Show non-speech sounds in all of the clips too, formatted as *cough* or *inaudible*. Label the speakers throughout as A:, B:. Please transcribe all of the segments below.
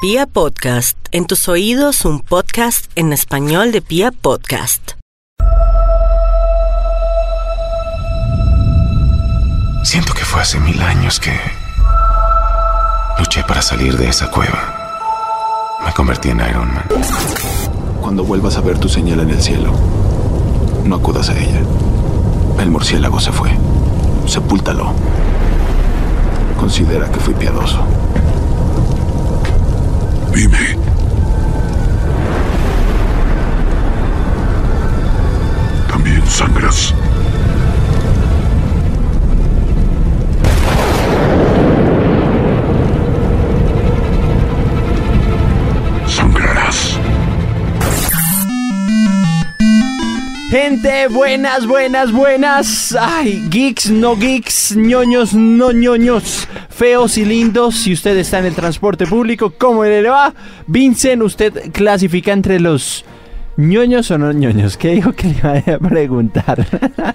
A: Pia Podcast, en tus oídos un podcast en español de Pia Podcast.
B: Siento que fue hace mil años que luché para salir de esa cueva. Me convertí en Iron Man.
C: Cuando vuelvas a ver tu señal en el cielo, no acudas a ella. El murciélago se fue. Sepúltalo. Considera que fui piadoso.
D: Dime, también sangras. Sangrarás.
E: Gente, buenas, buenas, buenas. Ay, geeks, no geeks, ñoños, no ñoños. Feos y lindos, si usted está en el transporte público, ¿cómo le va? Vincent, ¿usted clasifica entre los ñoños o no ñoños? ¿Qué dijo que le iba a
F: *laughs*
E: preguntar?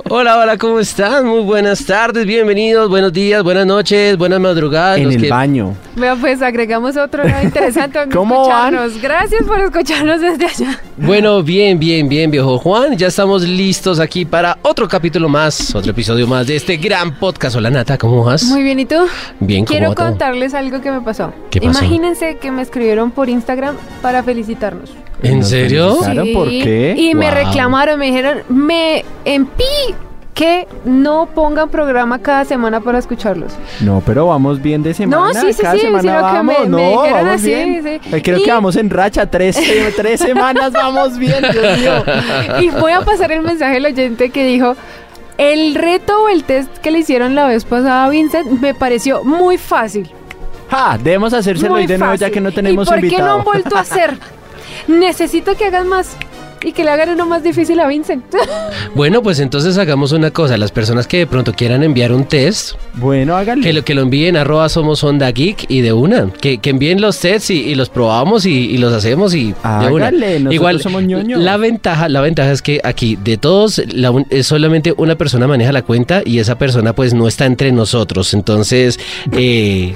G: Hola, hola, ¿cómo están? Muy buenas tardes, bienvenidos, buenos días, buenas noches, buenas madrugadas.
E: en
G: los
E: el
G: que-
E: baño.
F: Vea, pues agregamos otro lado interesante. en
E: ¿Cómo van?
F: escucharnos. Gracias por escucharnos desde allá.
G: Bueno, bien, bien, bien, viejo Juan. Ya estamos listos aquí para otro capítulo más, otro episodio más de este gran podcast. Hola, Nata, ¿cómo vas?
F: Muy bien, ¿y tú?
G: bien, ¿cómo
F: Quiero
G: va todo?
F: contarles algo que me pasó.
G: ¿Qué pasó?
F: Imagínense que me escribieron por Instagram para felicitarnos.
G: ¿En
E: Nos
G: serio?
E: felicitaron. ¿Claro? ¿Por qué?
F: Y me
G: Wow.
F: reclamaron, me dijeron, me empí que no pongan programa cada semana para
G: *laughs*
F: escucharlos.
E: No, pero vamos bien de semana.
F: No, sí, sí,
E: Cada
F: sí,
E: semana
F: sino que
E: vamos.
F: me-
E: no,
F: me dijeron
E: vamos
F: así,
E: bien.
F: sí.
E: Eh, Creo
F: Y-
E: que vamos en racha. Tres, eh, tres semanas vamos bien, Dios
F: *laughs*
E: mío.
F: y voy a pasar el mensaje al oyente que dijo, el reto o el test que le hicieron la vez pasada a Vincent me pareció muy fácil.
E: Ja, debemos hacérselo
F: Muy
E: hoy de nuevo ya
F: fácil.
E: que no tenemos
F: ¿Y por qué no
E: invitado.
F: han vuelto a hacer?
E: *laughs*
F: Necesito que hagan más y que le hagan uno más difícil a Vincent. *laughs*
G: Bueno, pues entonces hagamos una cosa. Las personas que de pronto quieran enviar un test,
E: Bueno, hágale.
G: que lo, que lo envíen arroba somos onda geek y de una. Que, que envíen los tests y, y los probamos y, y los hacemos y de una.
E: Hágale, nosotros somos ñoños.
G: La ventaja, la ventaja es que aquí de todos, la un- eh, solamente una persona maneja la cuenta y esa persona pues no está entre nosotros. Entonces, eh,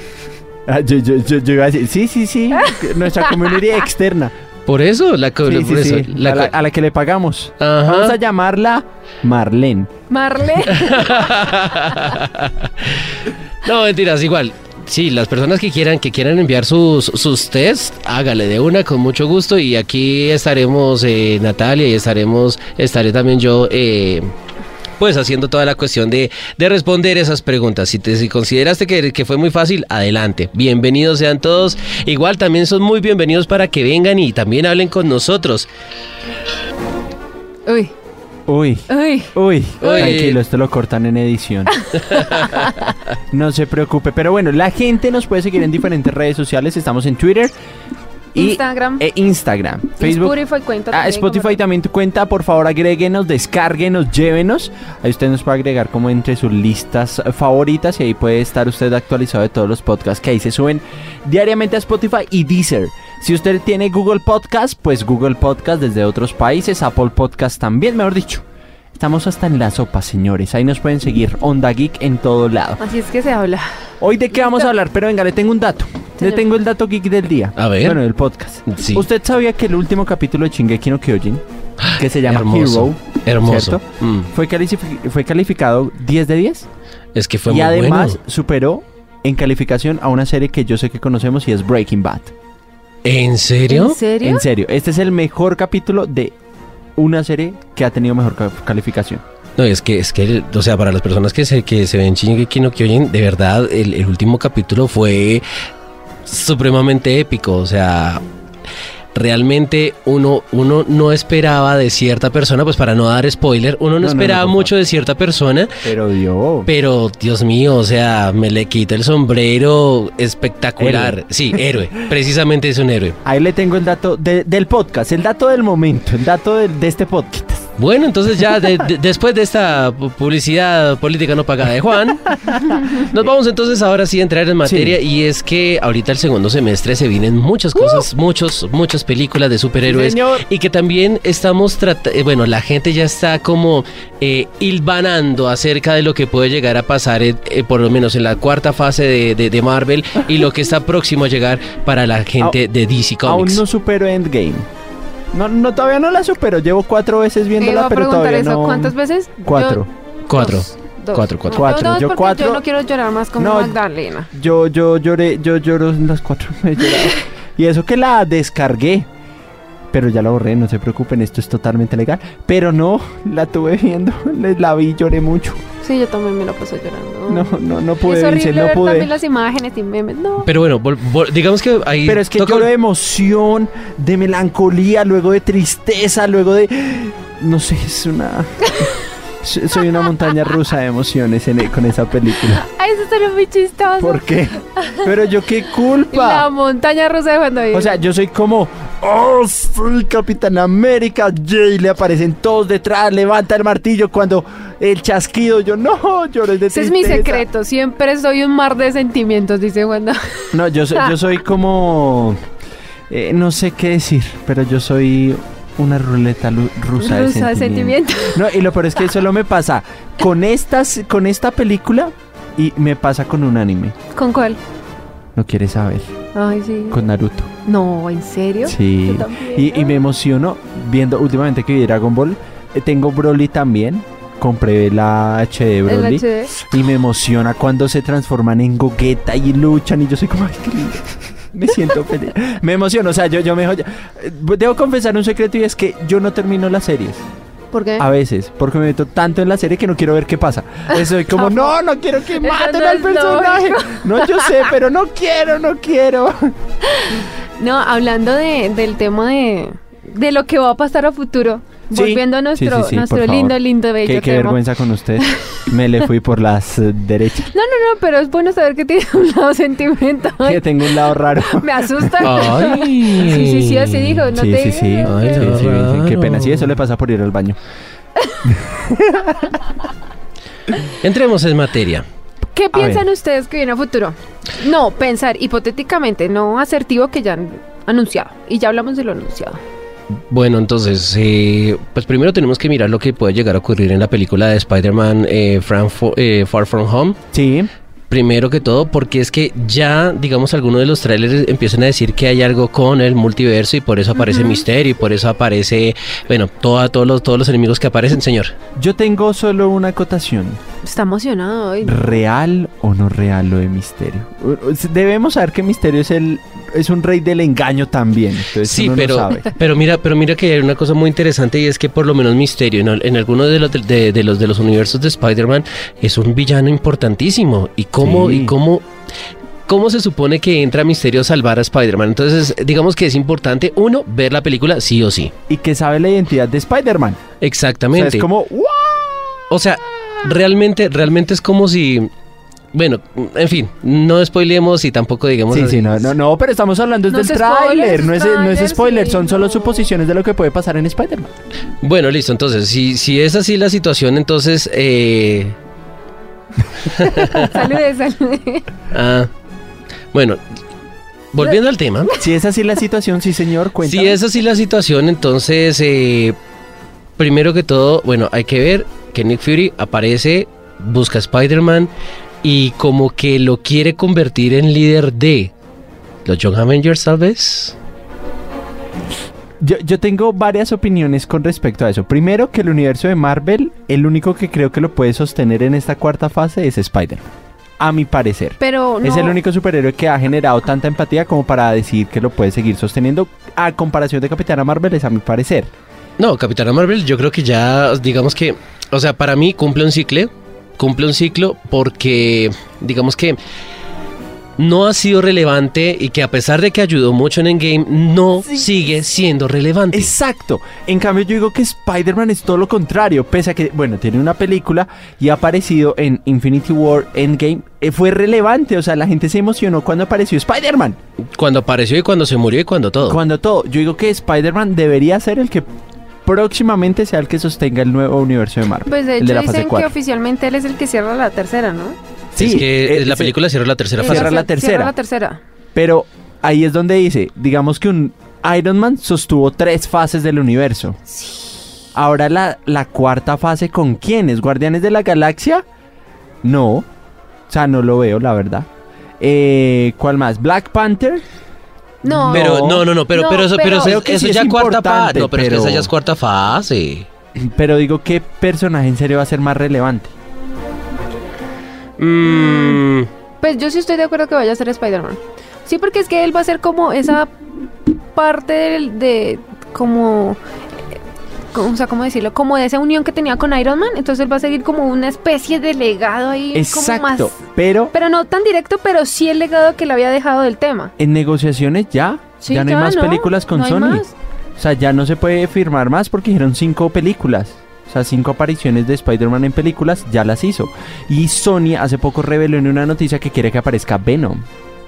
E: Ah, yo, yo, yo, yo iba a decir, sí, sí,
G: *laughs*
E: sí, nuestra comunidad externa.
G: por eso, la, co-
E: Sí,
G: por
E: sí,
G: eso,
E: sí,
G: la
E: a, la,
G: co-
E: a la que le pagamos.
G: Ajá.
E: Vamos a llamarla Marlene.
F: Marlene.
E: *laughs*
G: No, mentiras, igual. Sí, las personas que quieran, que quieran enviar sus, sus test, hágale de una con mucho gusto. Y aquí estaremos eh, Natalia y estaremos, estaré también yo, eh, pues haciendo toda la cuestión de, de responder esas preguntas. Si, te, si consideraste que, que fue muy fácil, adelante. Bienvenidos sean todos. Igual también son muy bienvenidos para que vengan y también hablen con nosotros.
F: Uy,
E: Uy,
F: uy.
E: uy, tranquilo, esto lo cortan en
G: *laughs*
E: edición. no se preocupe, pero bueno, la gente nos puede seguir en diferentes redes sociales. Estamos en Twitter, y,
F: Instagram.
E: e Instagram,
F: Y
E: Facebook,
F: Spotify cuenta.
E: Ah,
F: también como-
E: Spotify también tu cuenta, por favor agréguenos, descárguenos, llévenos. Ahí usted nos puede agregar como entre sus listas favoritas y ahí puede estar usted actualizado de todos los podcasts que ahí se suben diariamente a Spotify y Deezer. Si usted tiene Google Podcast, pues Google Podcast desde otros países, Apple Podcast también, mejor dicho. Estamos hasta en la sopa, señores. Ahí nos pueden seguir Onda Geek en todo lado.
F: Así es que se habla.
E: Hoy de qué vamos a hablar, pero venga, le tengo un dato. Le
F: Señor.
E: tengo el dato geek del día.
G: A ver.
E: Bueno, del podcast.
G: Sí.
E: ¿Usted sabía que el último capítulo de Shingeki no Kyojin, que se llama
G: hermoso.
E: Hero,
G: hermoso. Mm,
E: fue, califi- fue calificado 10 de 10?
G: es que fue
E: y
G: muy
E: además
G: bueno.
E: superó en calificación a una serie que yo sé que conocemos y es Breaking Bad.
G: ¿En serio?
F: ¿En serio?
E: En serio, este es el mejor capítulo de una serie que ha tenido mejor ca- calificación.
G: No, es que, es que, el- o sea, para las personas que se, que se ven Shingeki no Kyojin, de verdad, el, el último capítulo fue supremamente épico, o sea... Realmente uno, uno no esperaba de cierta persona, pues para no dar spoiler,
E: No,
G: uno no,
E: no, no,
G: esperaba
E: por favor.
G: mucho de cierta persona,
E: Pero Dios.
G: pero Dios mío, o sea, me le quita el sombrero espectacular.
E: Héroe.
G: Sí, héroe, precisamente es un héroe.
E: Ahí le tengo el dato de- del podcast, el dato del momento, el dato del- de este podcast.
G: Bueno, entonces ya de- de- después de esta pu- publicidad política no pagada de Juan, nos vamos entonces ahora sí a entrar en materia
E: Sí.
G: y es que ahorita el segundo semestre se vienen muchas cosas, muchos, muchas películas de superhéroes
E: Uh. Sí, señor.
G: y que también estamos tratando, bueno, la gente ya está como eh, hilvanando acerca de lo que puede llegar a pasar eh, eh, por lo menos en la cuarta fase de, de- de Marvel y lo que está próximo a llegar para la gente de DC Comics.
E: Aún no supero Endgame. No, no, todavía no la supero. Llevo cuatro veces
F: Te iba
E: viéndola,
F: Eh, a
E: pero
F: preguntar
E: todavía
F: eso.
E: no.
F: ¿Cuántas veces? Yo-
E: Cuatro.
G: Cuatro.
F: dos, dos.
G: Cuatro, cuatro.
F: No,
E: Cuatro.
F: dos,
E: Yo
F: porque
E: cuatro-
F: Yo no quiero llorar más como
E: No.
F: Magdalena.
E: Yo, yo lloré, yo lloro en las cuatro. *laughs* me he llorado. y eso que la descargué. Pero ya la borré, no se preocupen, esto es totalmente legal. Pero no, la tuve viendo, le- la vi, lloré mucho.
F: Sí, yo también me la paso llorando.
E: No, no, no pude,
F: es horrible
E: Vincent, no
F: ver
E: pude.
F: también las imágenes y memes. No.
G: Pero bueno, vol- vol- digamos que ahí...
E: Pero es que
G: toca-
E: lloro de emoción, de melancolía, luego de tristeza, luego de... No sé, es una... *laughs* so- Soy una montaña rusa de emociones en- con esa película.
F: Ay, eso estaría muy chistoso.
E: ¿Por qué? Pero yo qué
F: La
E: culpa.
F: montaña rusa de Juan David.
E: O sea, yo soy como... ¡Oh, soy Capitán América! Jay, le aparecen todos detrás, levanta el martillo cuando el chasquido. Yo no, lloré de tristeza.
F: ese es mi secreto. Siempre soy un mar de sentimientos, dice Juan David.
E: No, yo, soy-
F: Ah.
E: yo soy como... eh, no sé qué decir, pero yo soy una ruleta lu- rusa, de
F: Rusa de
E: sentimientos.
F: sentimientos.
E: No, y lo peor es que solo me pasa con, estas, con esta película y me pasa con un anime.
F: ¿Con cuál?
E: No quieres saber.
F: Ay, sí.
E: Con Naruto.
F: No, ¿en serio?
E: Sí.
F: Yo también.
E: Y, y me emociono viendo últimamente que vi Dragon Ball. Eh, Tengo Broly también. Compré la H de
F: El
E: Broly.
F: HD.
E: Y me emociona cuando se transforman en gogueta y luchan y yo soy como, ay, qué lindo. *laughs* Me siento feliz. Me emociono, o sea, yo, yo me... joya- Eh, Debo confesar un secreto y es que yo no termino las series.
F: ¿Por qué?
E: A veces, porque me meto tanto en la serie que no quiero ver qué pasa. Pues Soy
F: *laughs*
E: como, no, no quiero que
F: Eso
E: maten
F: no
E: al
F: es
E: personaje.
F: lógico.
E: No, yo sé, pero no quiero, no quiero.
F: No, hablando de, del tema de, de lo que va a pasar a futuro.
E: Sí.
F: Volviendo a
E: Sí,
F: nuestro,
E: sí, sí,
F: nuestro
E: por favor.
F: lindo, lindo, bello
E: Qué, qué
F: tema.
E: vergüenza con
F: *laughs*
E: usted. Me le fui por las eh, derechas.
F: No, no, no, pero es bueno saber que tiene un lado sentimental.
E: Que tengo un lado raro.
F: *laughs*
E: *laughs*
F: Me asusta.
G: Ay.
F: Sí, sí, sí, así dijo. No
E: sí,
F: te
E: sí, sí, sí,
G: Ay, no,
E: sí, Virgen, Qué
G: raro.
E: pena. Sí, eso le pasa por ir al baño.
G: Entremos en materia.
F: ¿Qué piensan
E: ver.
F: ustedes que viene a futuro? No, pensar hipotéticamente, no asertivo que ya han anunciado. Y ya hablamos de lo anunciado.
G: Bueno, entonces, eh, pues primero tenemos que mirar lo que puede llegar a ocurrir en la película de Spider-Man eh, Fran- Fo- eh, Far From Home.
E: Sí.
G: Primero que todo, porque es que ya, digamos, algunos de los trailers empiezan a decir que hay algo con el multiverso y por eso aparece Misterio y por eso aparece, bueno, toda, todos, los, todos los enemigos que aparecen, señor.
E: Yo tengo solo una acotación.
F: Está
E: *laughs*
F: emocionado hoy.
E: ¿Real o no real lo de Misterio? Eh, Debemos saber que Misterio es el es un rey del engaño también. Entonces
G: Sí,
E: uno no
G: pero, *laughs*
E: sabe.
G: pero mira, pero mira que hay una cosa muy interesante y es que por lo menos Misterio en, al- en alguno de los de, de los de los universos de Spider-Man es un villano importantísimo y cómo
E: Sí.
G: y cómo ¿Cómo se supone que entra Misterio a salvar a Spider-Man? Entonces, digamos que es importante, uno, ver la película sí o sí.
E: Y que sabe la identidad de Spider-Man. O sea,
G: Exactamente.
E: es como ¡guau!
G: O sea, realmente, realmente es como si. Bueno, en fin, no spoilemos y tampoco digamos.
E: Sí,
G: así.
E: sí, no, no, no, pero estamos hablando es
F: No
E: del
F: es spoiler,
E: tráiler, no es, no es
F: tráiler,
E: spoiler,
F: sí,
E: son solo
F: no.
E: suposiciones de lo que puede pasar en Spider-Man.
G: Bueno, listo. Entonces, si, si es así la situación, entonces. Eh,
F: Saludes, saludes.
G: Ah, bueno, volviendo al tema.
E: Si es así la situación, sí señor, cuéntame.
G: Si es así la situación, entonces, eh, primero que todo, bueno, hay que ver que Nick Fury aparece, busca a Spider-Man y como que lo quiere convertir en líder de los Young Avengers, tal vez.
E: Yo, yo tengo varias opiniones con respecto a eso. Primero, que el universo de Marvel, el único que creo que lo puede sostener en esta cuarta fase es Spider-Man. A mi parecer.
F: *laughs* Pero no.
E: Es el único superhéroe que ha generado tanta empatía como para decir que lo puede seguir sosteniendo. A comparación de Capitana Marvel, es a mi parecer.
G: No, Capitana Marvel, yo creo que ya, digamos que, o sea, para mí cumple un ciclo, cumple un ciclo porque, digamos que no ha sido relevante y que a pesar de que ayudó mucho en Endgame, no sigue siendo relevante.
E: Exacto. En cambio, yo digo que Spider-Man es todo lo contrario. Pese a que, bueno, tiene una película y ha aparecido en Infinity War Endgame. eh, fue relevante. O sea, la gente se emocionó cuando apareció Spider-Man.
G: Cuando apareció y cuando se murió y cuando todo.
E: Cuando todo. Yo digo que Spider-Man debería ser el que próximamente sea el que sostenga el nuevo universo de Marvel.
F: Pues de
E: el
F: hecho dicen que
E: cuatro.
F: oficialmente él es el que cierra la tercera, ¿no?
E: Sí,
G: es que
E: eh,
G: la
E: sí.
G: película cierra la tercera
F: Eh,
G: fase.
E: Cierra la tercera.
F: Cierra la tercera.
E: Pero ahí es donde dice, digamos que un Iron Man sostuvo tres fases del universo. Ahora la, la cuarta fase con quiénes? ¿Guardianes de la Galaxia? No. O sea, no lo veo, la verdad. Eh, ¿Cuál más? Black Panther.
F: No.
G: Pero no, no, no, pero,
F: No,
G: pero eso, pero,
F: pero-
G: eso-
E: Creo que
G: eso
E: sí es
G: ya cuarta fase.
E: importante,
G: No, pero, es que
E: pero-
G: esa ya es cuarta fase.
E: Pero digo, ¿qué personaje en serio va a ser más relevante?
G: Mm,
F: Pues yo sí estoy de acuerdo que vaya a ser Spider-Man. Sí, porque es que él va a ser como esa parte del, de. como. eh, como- O sea, ¿cómo decirlo? Como de esa unión que tenía con Iron Man. Entonces él va a seguir como una especie de legado ahí. Como
E: Exacto.
F: más,
E: Pero
F: pero no tan directo, pero sí el legado que le había dejado del tema.
E: en negociaciones ya.
F: Sí,
E: ya no hay más películas con
F: no hay
E: Sony.
F: más.
E: O sea, ya no se puede firmar más porque hicieron cinco películas. O sea, cinco apariciones de Spider-Man en películas ya las hizo. Y Sony hace poco reveló en una noticia que quiere que aparezca Venom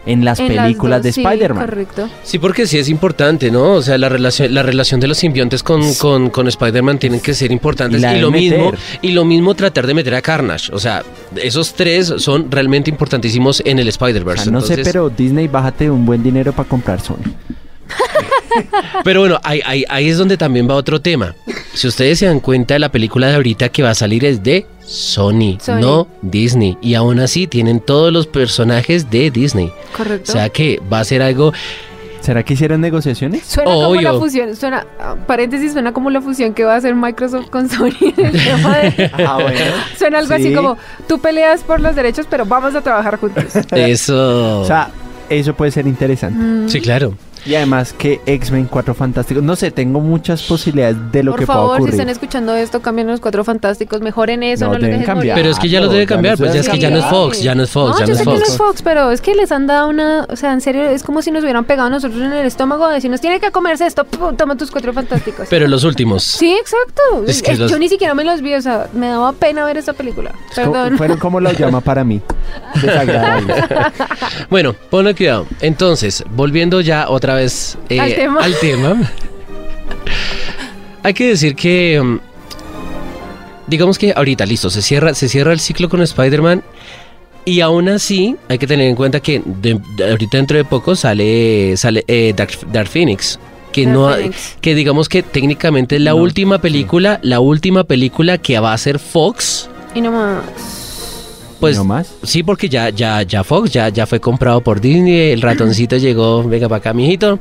E: en las
F: En las
E: películas
F: dos,
E: de
F: sí,
E: Spider-Man.
F: correcto.
G: sí, porque sí es importante, ¿no? O sea, la relación, la relación de los simbiontes con, con, con Spider-Man tienen que ser importantes.
E: Y la
G: Y,
E: de
G: lo
E: meter.
G: mismo, y lo mismo tratar de meter a Carnage. O sea, esos tres son realmente importantísimos en el
E: O
G: Spider-Verse.
E: sea, no sé,
G: Pues Entonces-
E: pero Disney, bájate un buen dinero para comprar Sony.
G: Pero bueno, ahí, ahí, ahí es donde también va otro tema. Si ustedes se dan cuenta, la película de ahorita que va a salir es de Sony,
F: Sony.
G: no Disney. Y aún así tienen todos los personajes de Disney. O
F: Correcto.
G: sea que va a ser algo...
E: ¿Será que hicieron negociaciones?
F: Suena como la
G: Obvio.
F: fusión, suena, ah, paréntesis, suena como la fusión que va a hacer Microsoft con Sony en el *laughs* tema de-
E: Ah, bueno.
G: *laughs*
F: Suena algo
E: Sí.
F: así como, tú peleas por los derechos, pero vamos a trabajar
E: *laughs*
F: juntos.
E: *laughs*
G: Eso...
E: O sea, eso puede ser interesante.
F: Mm.
G: sí, claro.
E: Y además que X-Men 4 Fantásticos. No sé, tengo muchas posibilidades de lo
F: Por
E: que pueda
F: favor, si
E: ocurrir.
F: están escuchando esto, cambien los cuatro fantásticos, mejoren eso,
E: No,
F: no, los
E: deben
F: dejen
E: cambiar.
F: morir.
G: Pero es que ya lo
E: no,
G: debe
E: ya no
G: cambiar,
E: se
G: pues ya
E: debe
G: es que ya no es
F: cambiar.
G: Fox, ya no es Fox, ya
F: yo
G: no es
F: sé que no es
G: Fox.
F: Fox, pero es que les han dado una, o sea, en serio, es como si nos hubieran pegado a nosotros en el estómago, decirnos, tiene que comerse esto, ¡pum! toma tus cuatro fantásticos.
G: Pero los últimos.
F: Sí, exacto.
G: Es que
F: Eh,
G: los-
F: Yo ni siquiera me los vi, o sea, me daba pena ver esta película.
E: Es como-
F: Perdón.
E: Fueron como lo llama para
F: *laughs*
E: mí. Desagradables.
G: Bueno, ponle cuidado. Entonces, volviendo ya otra vez eh,
F: Al tema.
G: al tema. Hay que decir que. mm, Digamos que ahorita, listo, se cierra, se cierra el ciclo con Spider-Man. Y aún así, hay que tener en cuenta que de- de ahorita dentro de poco sale, sale eh, Dark, Dark Phoenix. Que
F: Dark
G: no ha-
F: Phoenix.
G: que digamos que técnicamente es la
E: No,
G: última
E: sí.
G: película, la última película que va a ser Fox.
F: Y no más.
G: Pues
E: no más.
G: Sí, porque ya, ya, ya Fox ya, ya fue comprado por Disney,
E: *laughs*
G: el ratoncito llegó, venga para acá, mijito.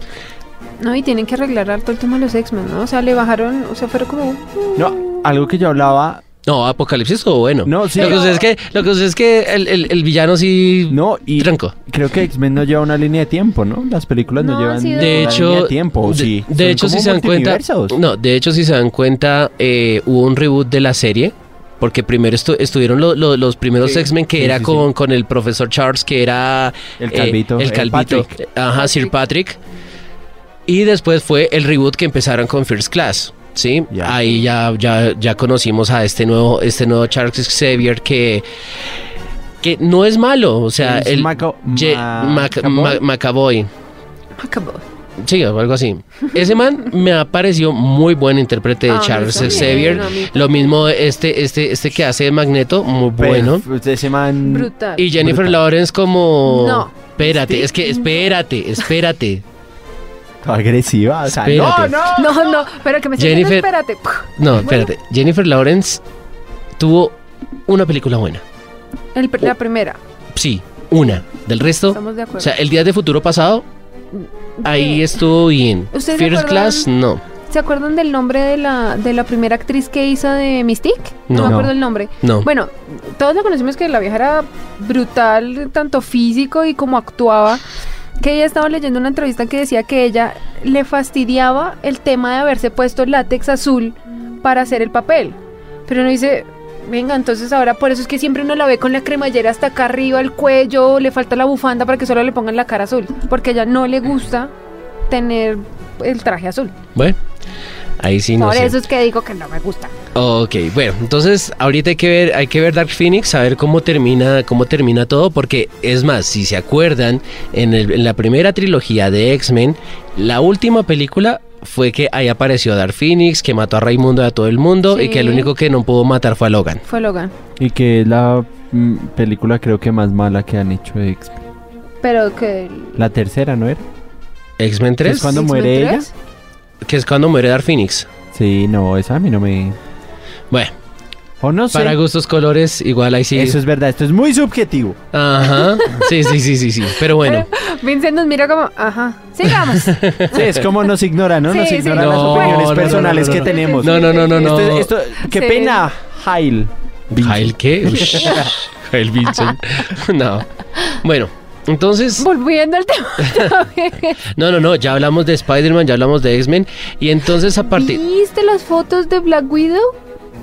F: No, y tienen que arreglar harto el tema de los X-Men, ¿no? O sea, le bajaron, o sea, fueron como...
E: No, algo que yo hablaba
G: No, Apocalipsis estuvo bueno.
E: No, sí.
G: Lo que
E: Pero-
G: sucede es que, lo que, sucede es que el, el- el villano sí
E: No, y
G: Mm. tranco.
E: creo que X-Men no lleva una línea de tiempo, ¿no? Las películas no,
F: No,
E: llevan
F: han sido-
E: una
F: De
E: línea
G: hecho,
E: de tiempo. o
G: de,
E: sí.
G: de
E: Son
G: hecho, si
E: como
G: se dan cuenta,
E: multiversos.
G: no, de hecho, si se dan cuenta, eh, hubo un reboot de la serie. Porque primero estu- estuvieron lo- lo- los primeros
E: Sí.
G: X-Men que
E: Sí,
G: era
E: sí, sí.
G: con, con el profesor Charles, que era
E: El
G: eh,
E: calvito.
G: el calvito.
E: Patrick.
G: Ajá, Sir Patrick. Y después fue el reboot que empezaron con First Class. Sí,
E: Ya.
G: ahí ya, ya, ya conocimos a este nuevo, este nuevo Charles Xavier que, que no es malo. O sea,
E: Es
G: el
E: Maca-
G: Ye- Mac-
E: Macaboy.
G: Ma- Macaboy.
F: Acabó.
G: Sí, o algo así. Ese man me ha parecido muy buen intérprete de
F: Ah,
G: Charles
F: eso bien,
G: Xavier.
F: amigo.
G: Lo mismo este, este, este que hace de Magneto, muy
E: Pero,
G: bueno.
E: pues, ese man-
F: Brutal.
G: Y Jennifer
E: Brutal.
G: Lawrence como...
F: No.
G: Espérate, es que espérate,
F: *laughs*
G: espérate.
E: Agresiva. O sea,
G: Espérate.
E: no, no.
F: No, no, pero que me estoy diciendo,
G: Este, Jennifer-
F: espérate. Puh.
G: No, espérate. Jennifer Lawrence tuvo una película buena.
F: El pr- la primera,
G: Sí, una. Del resto,
F: estamos de acuerdo.
G: o sea, el día de futuro pasado, ahí
F: ¿Qué?
G: estuvo bien.
F: ¿Ustedes se
G: First
F: acuerdan?
G: Class, no.
F: ¿Se acuerdan del nombre de la, de la primera actriz que hizo de Mystique? No,
G: No.
F: me acuerdo el nombre.
G: No.
F: Bueno, todos lo conocimos que la vieja era brutal, tanto físico y como actuaba. Que ella estaba leyendo una entrevista que decía que ella le fastidiaba el tema de haberse puesto látex azul para hacer el papel. Pero no dice, venga, entonces ahora por eso es que siempre uno la ve con la cremallera hasta acá arriba, el cuello, le falta la bufanda para que solo le pongan la cara azul. Porque a ella no le gusta tener el traje azul.
G: Bueno, ahí sí no
F: Por
G: sé.
F: eso es que digo que no me gusta.
G: Ok, bueno, entonces ahorita hay que ver, hay que ver Dark Phoenix, a ver cómo termina, cómo termina todo, porque es más, si se acuerdan, en, el- en la primera trilogía de X-Men, la última película fue que ahí apareció Dark Phoenix, que mató a Raimundo y a todo el mundo, y que el
F: Sí.
G: único que no pudo matar fue a Logan.
F: Fue Logan.
E: Y que es la mm, película creo que más mala que han hecho de X.
F: Pero que...
E: La tercera, ¿no era?
G: X-Men 3,
E: ¿Es cuando
F: ¿X-Men
E: muere ella?
F: 3?
G: que es cuando muere Dark Phoenix.
E: Sí, no, esa a mí no me...
G: Bueno,
E: O no sé.
G: para gustos colores, igual ahí sí.
E: Eso es verdad, esto es muy subjetivo.
G: Ajá. Sí, sí, sí, sí, sí. Pero bueno.
F: *laughs* Vincent nos mira como... Ajá.
E: *laughs*
F: Sigamos.
E: Sí, es como nos ignora, ¿no?
F: Sí,
E: Nos
F: sí.
E: ignora
G: No,
E: las
G: no,
E: opiniones
G: no,
E: personales
G: no, no,
E: que
G: no.
E: tenemos. Este
G: No, no, no, no, no.
E: Esto, esto- qué
F: Sí.
E: pena, Jail.
G: ¿Jael
E: *laughs*
G: qué? Ush, Jael Vincent. No. Bueno, entonces.
F: Volviendo al tema. otra vez.
G: No, no, no. Ya hablamos de Spider-Man, ya hablamos de X-Men. Y entonces, a partir.
F: ¿Viste las fotos de Black Widow?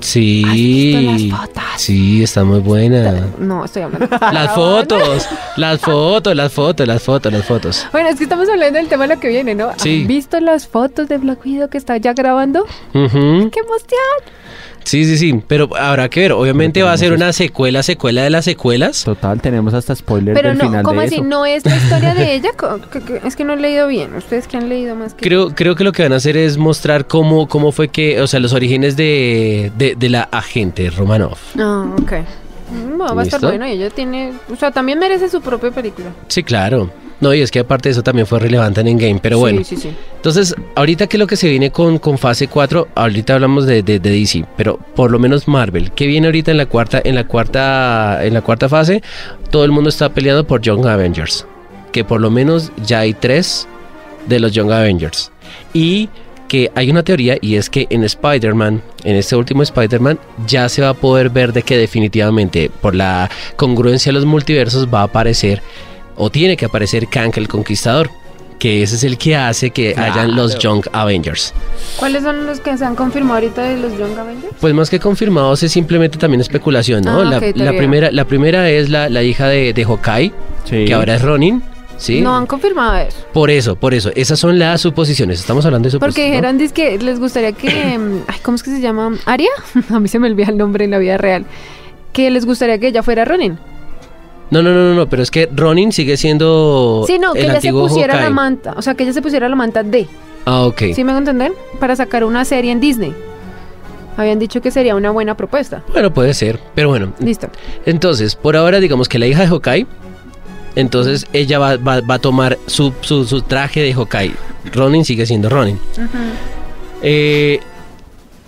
F: ¿Has visto
G: Sí.
F: las fotos?
G: Sí, está muy buena.
F: No, estoy hablando. *laughs*
G: Las fotos, las fotos, las fotos, las fotos, las fotos.
F: Bueno, es que estamos hablando del tema de lo que viene, ¿no?
G: Sí.
F: ¿Han visto las fotos de Black Widow que está ya grabando?
G: Ujú.
F: ¡Qué emoción!
G: Sí, sí, sí. Pero habrá que ver. Obviamente va a ser una secuela, secuela de las secuelas.
E: Total, tenemos hasta spoiler
F: Pero
E: del
F: no,
E: final
F: ¿cómo
E: de
F: así?
E: eso.
F: ¿No es la
G: *laughs*
F: historia de ella? Co- que- que- Es que no he leído bien. ¿Ustedes que han leído más que
G: Creo, creo que lo que van a hacer es mostrar cómo, cómo fue que, o sea, los orígenes de, de, de la agente Romanov.
F: Ah, ok. No, va a estar
G: ¿Listo?
F: bueno. y Ella tiene... O sea, también merece su propia película.
G: Sí, claro. No, y es que aparte de eso también fue relevante en Endgame, pero bueno.
F: Sí, sí, sí.
G: Entonces, ahorita que lo que se viene con, con fase 4, ahorita hablamos de, de- de DC, pero por lo menos Marvel, que viene ahorita en la cuarta, en la cuarta, en la cuarta fase, todo el mundo está peleando por Young Avengers. Que por lo menos ya hay tres de los Young Avengers. Y que hay una teoría y es que en Spider-Man, en este último Spider-Man, ya se va a poder ver de que definitivamente por la congruencia de los multiversos va a aparecer o tiene que aparecer Kang el Conquistador, que ese es el que hace que hayan los Young Avengers.
F: ¿Cuáles son los que se han confirmado ahorita de los Young Avengers?
G: Pues más que confirmados es simplemente también especulación, ¿no?
F: Ah,
G: La-
F: ok,
G: la,
F: teoría.
G: primera, la primera es la, la hija de, de Hawkeye,
E: Sí.
G: que ahora es Ronin. Sí.
F: No han confirmado eso.
G: Por eso, por eso. Esas son las suposiciones. Estamos hablando de suposiciones.
F: Porque dijeron dice que les
G: *clears throat*
F: gustaría que. em, ay, ¿Cómo es que se llama? ¿Aria? *laughs* A mí se me olvida el nombre en la vida real. Que les gustaría que ella fuera Ronin.
G: No, no, no, no, no, pero es que Ronin sigue siendo.
F: Sí, no, que
G: el
F: ella se
G: antiguo
F: pusiera la
G: Hawkeye.
F: manta. O sea, que ella se pusiera la manta de.
G: Ah, ok.
F: ¿Sí me hago entender? Para sacar una serie en Disney. Habían dicho que sería una buena propuesta.
G: Bueno, puede ser. Pero bueno,
F: Listo.
G: entonces, por ahora, digamos que la hija de Hawkeye. Entonces ella va, va- va a tomar su, su- su traje de Hawkeye. Ronin sigue siendo Ronin. Eh,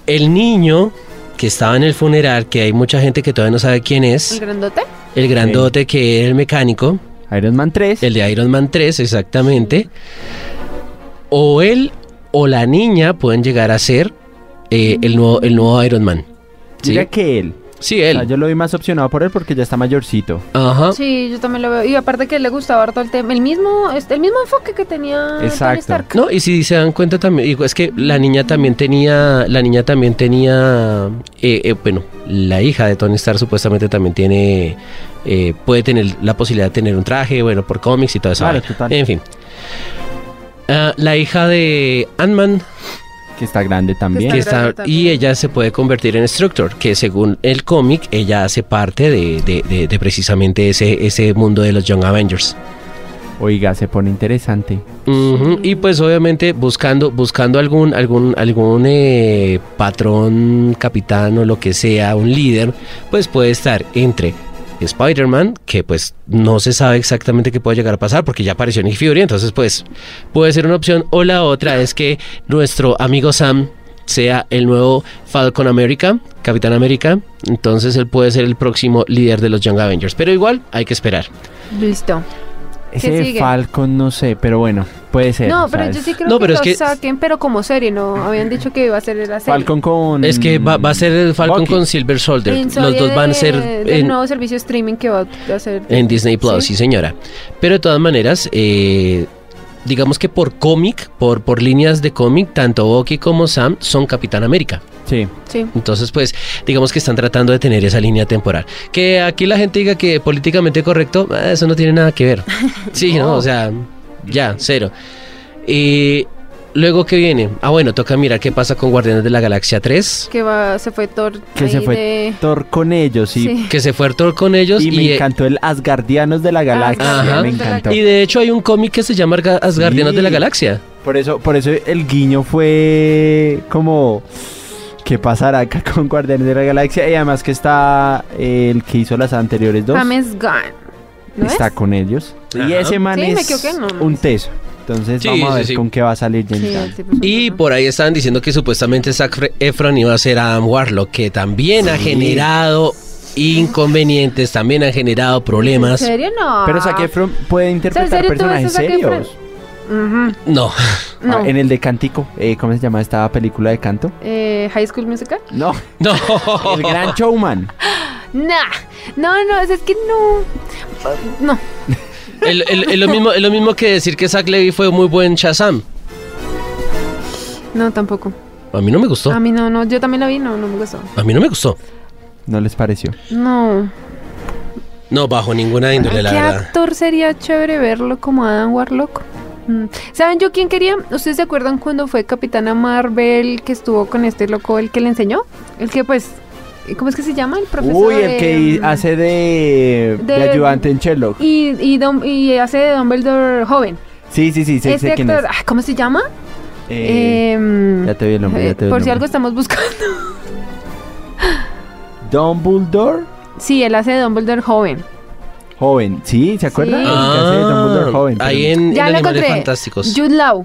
G: el niño que estaba en el funeral, que hay mucha gente que todavía no sabe quién
F: ¿El
G: es,
F: grandote?
G: el grandote que era el mecánico,
E: Iron Man 3.
G: El de Iron Man 3, exactamente. O él o la niña pueden llegar a ser eh, el, nuevo, el nuevo Iron Man. Sí,
E: Mira que él.
G: sí
E: O sea,
G: él.
E: yo lo vi más opcionado por él porque ya está mayorcito.
G: Ajá.
F: Sí, yo también lo veo. Y aparte que le gustaba harto el tema. El mismo, este, el mismo enfoque que tenía Tony
E: Exacto.
F: Stark.
G: No, y si se dan cuenta también, digo, es que la niña también tenía, la niña también tenía, eh, eh, bueno, la hija de Tony Stark supuestamente también tiene, eh, puede tener la posibilidad de tener un traje, bueno, por cómics y todo eso.
E: Claro, total.
G: En fin. Ah, la hija de Ant-Man
E: Que está grande también.
G: que
F: Está
G: está-
F: grande también.
G: y ella se puede convertir en Structor, que según el cómic, ella hace parte de, de- de- de precisamente ese, ese mundo de los Young Avengers.
E: Oiga, se pone interesante.
G: Ujú, Y pues obviamente buscando, buscando algún, algún, algún eh, patrón, capitán o lo que sea, un líder, pues puede estar entre Spider-Man, que pues no se sabe exactamente qué puede llegar a pasar porque ya apareció Nick Fury, entonces pues puede ser una opción. O la otra es que nuestro amigo Sam sea el nuevo Falcon America, Capitán América, entonces él puede ser el próximo líder de los Young Avengers, pero igual hay que esperar.
F: Listo.
E: Ese
F: sigue?
E: Falcon, no sé, pero bueno, puede ser.
F: No,
E: o sea,
F: pero yo
E: es-
F: sí creo
G: No,
F: que
G: pero es
F: lo
G: que-
F: saquen, pero como serie, ¿no? Habían dicho que iba a ser la serie.
E: Falcon con.
G: Es que va, va a ser el Falcon
E: Bucky.
G: con Silver Soldier.
F: En
G: Los dos
F: serie
G: van a ser
F: de- del
G: en,
F: nuevo servicio streaming que va a hacer
G: en Disney Plus, sí,
F: Sí.
G: señora. Pero de todas maneras, eh, digamos que por cómic, por, por líneas de cómic, tanto Bucky como Sam son Capitán América.
E: Sí.
F: Sí.
G: Entonces, pues, digamos que están tratando de tener esa línea temporal. Que aquí la gente diga que políticamente correcto, ah, eso no tiene nada que ver. Sí, no, o sea, ya, cero. Y luego que viene, ah, bueno, toca mirar qué pasa con Guardianes de la Galaxia 3.
F: que va se fue Thor
E: Que
F: ahí
E: se fue
F: de-
E: Thor con ellos y,
F: sí.
G: que se fue Thor con ellos
E: y
G: y,
E: me
G: eh,
E: encantó el
F: Ah,
E: Asgardianos de la Galaxia.
G: Ajá.
E: Me encantó.
G: y de hecho hay un cómic que se llama Asgardianos
E: Sí.
G: de la Galaxia.
E: Por eso, por eso el guiño fue como. ¿Qué pasará acá *laughs* con Guardianes de la Galaxia? Y además que está eh, el que hizo las anteriores dos.
F: James Gunn. ¿No
E: está
F: es?
E: con ellos. Y
G: Ajá.
E: ese man
F: Sí, me
E: es
F: equivoqué, no, no
E: un
F: es.
E: teso. Entonces
G: Sí,
E: vamos a
G: sí,
E: ver
G: sí.
E: con qué va a salir James
F: Sí,
E: Gunn.
F: el tipo es un
G: Y
F: personaje.
G: por ahí estaban diciendo que supuestamente Zac Fre- Efron iba a ser Adam Warlock, que también ha generado inconvenientes, también ha generado
F: ¿En
G: problemas.
F: serio? No.
E: Pero Zac Efron puede interpretar
F: Ah. serio tú ves a
E: personajes
F: Zac Efron?
E: serios.
F: Ujú,
G: No, *laughs*
F: No.
E: Ah, en el de Cantico, eh, ¿cómo se llama esta película de canto?
F: Eh, High School Musical.
E: No,
G: no.
E: el gran showman.
F: Nah. No, no, es es que no. No.
G: El- el- el lo mismo, es lo mismo que decir que Zac Levy fue muy buen Shazam.
F: No, tampoco.
G: A mí no me gustó.
F: A mí no, no. Yo también la vi, no, no me gustó.
G: A mí no me gustó.
E: ¿No les pareció?
F: No.
G: No, bajo ninguna índole, la
F: ¿Qué
G: verdad.
F: actor sería chévere verlo como Adam Warlock? Mm. ¿Saben yo quién quería? ¿Ustedes se acuerdan cuando fue Capitana Marvel que estuvo con este loco, el que le enseñó? El que pues, ¿cómo es que se llama? El profesor.
E: Uy, el que
F: eh,
E: hi- hace de, de
F: de-
E: ayudante en Sherlock.
F: Y, y, Dum- y hace de Dumbledore joven.
E: Sí, sí, sí, sí,
F: este
E: sé quién
F: actor,
E: es.
F: ah, ¿cómo se llama?
E: Eh,
F: Em,
E: ya te vi el nombre, ya te vi el
F: Por si
E: nombre.
F: algo estamos buscando. *laughs*
E: Dumbledore,
F: Sí, él hace de Dumbledore joven.
E: joven. Sí, ¿se acuerdan?
F: Sí.
E: El que hace de Dumbledore joven.
G: Ah, ahí
E: pero-
G: en, en
F: Ya lo
G: Animales
F: encontré.
G: Fantásticos.
F: Jude Law.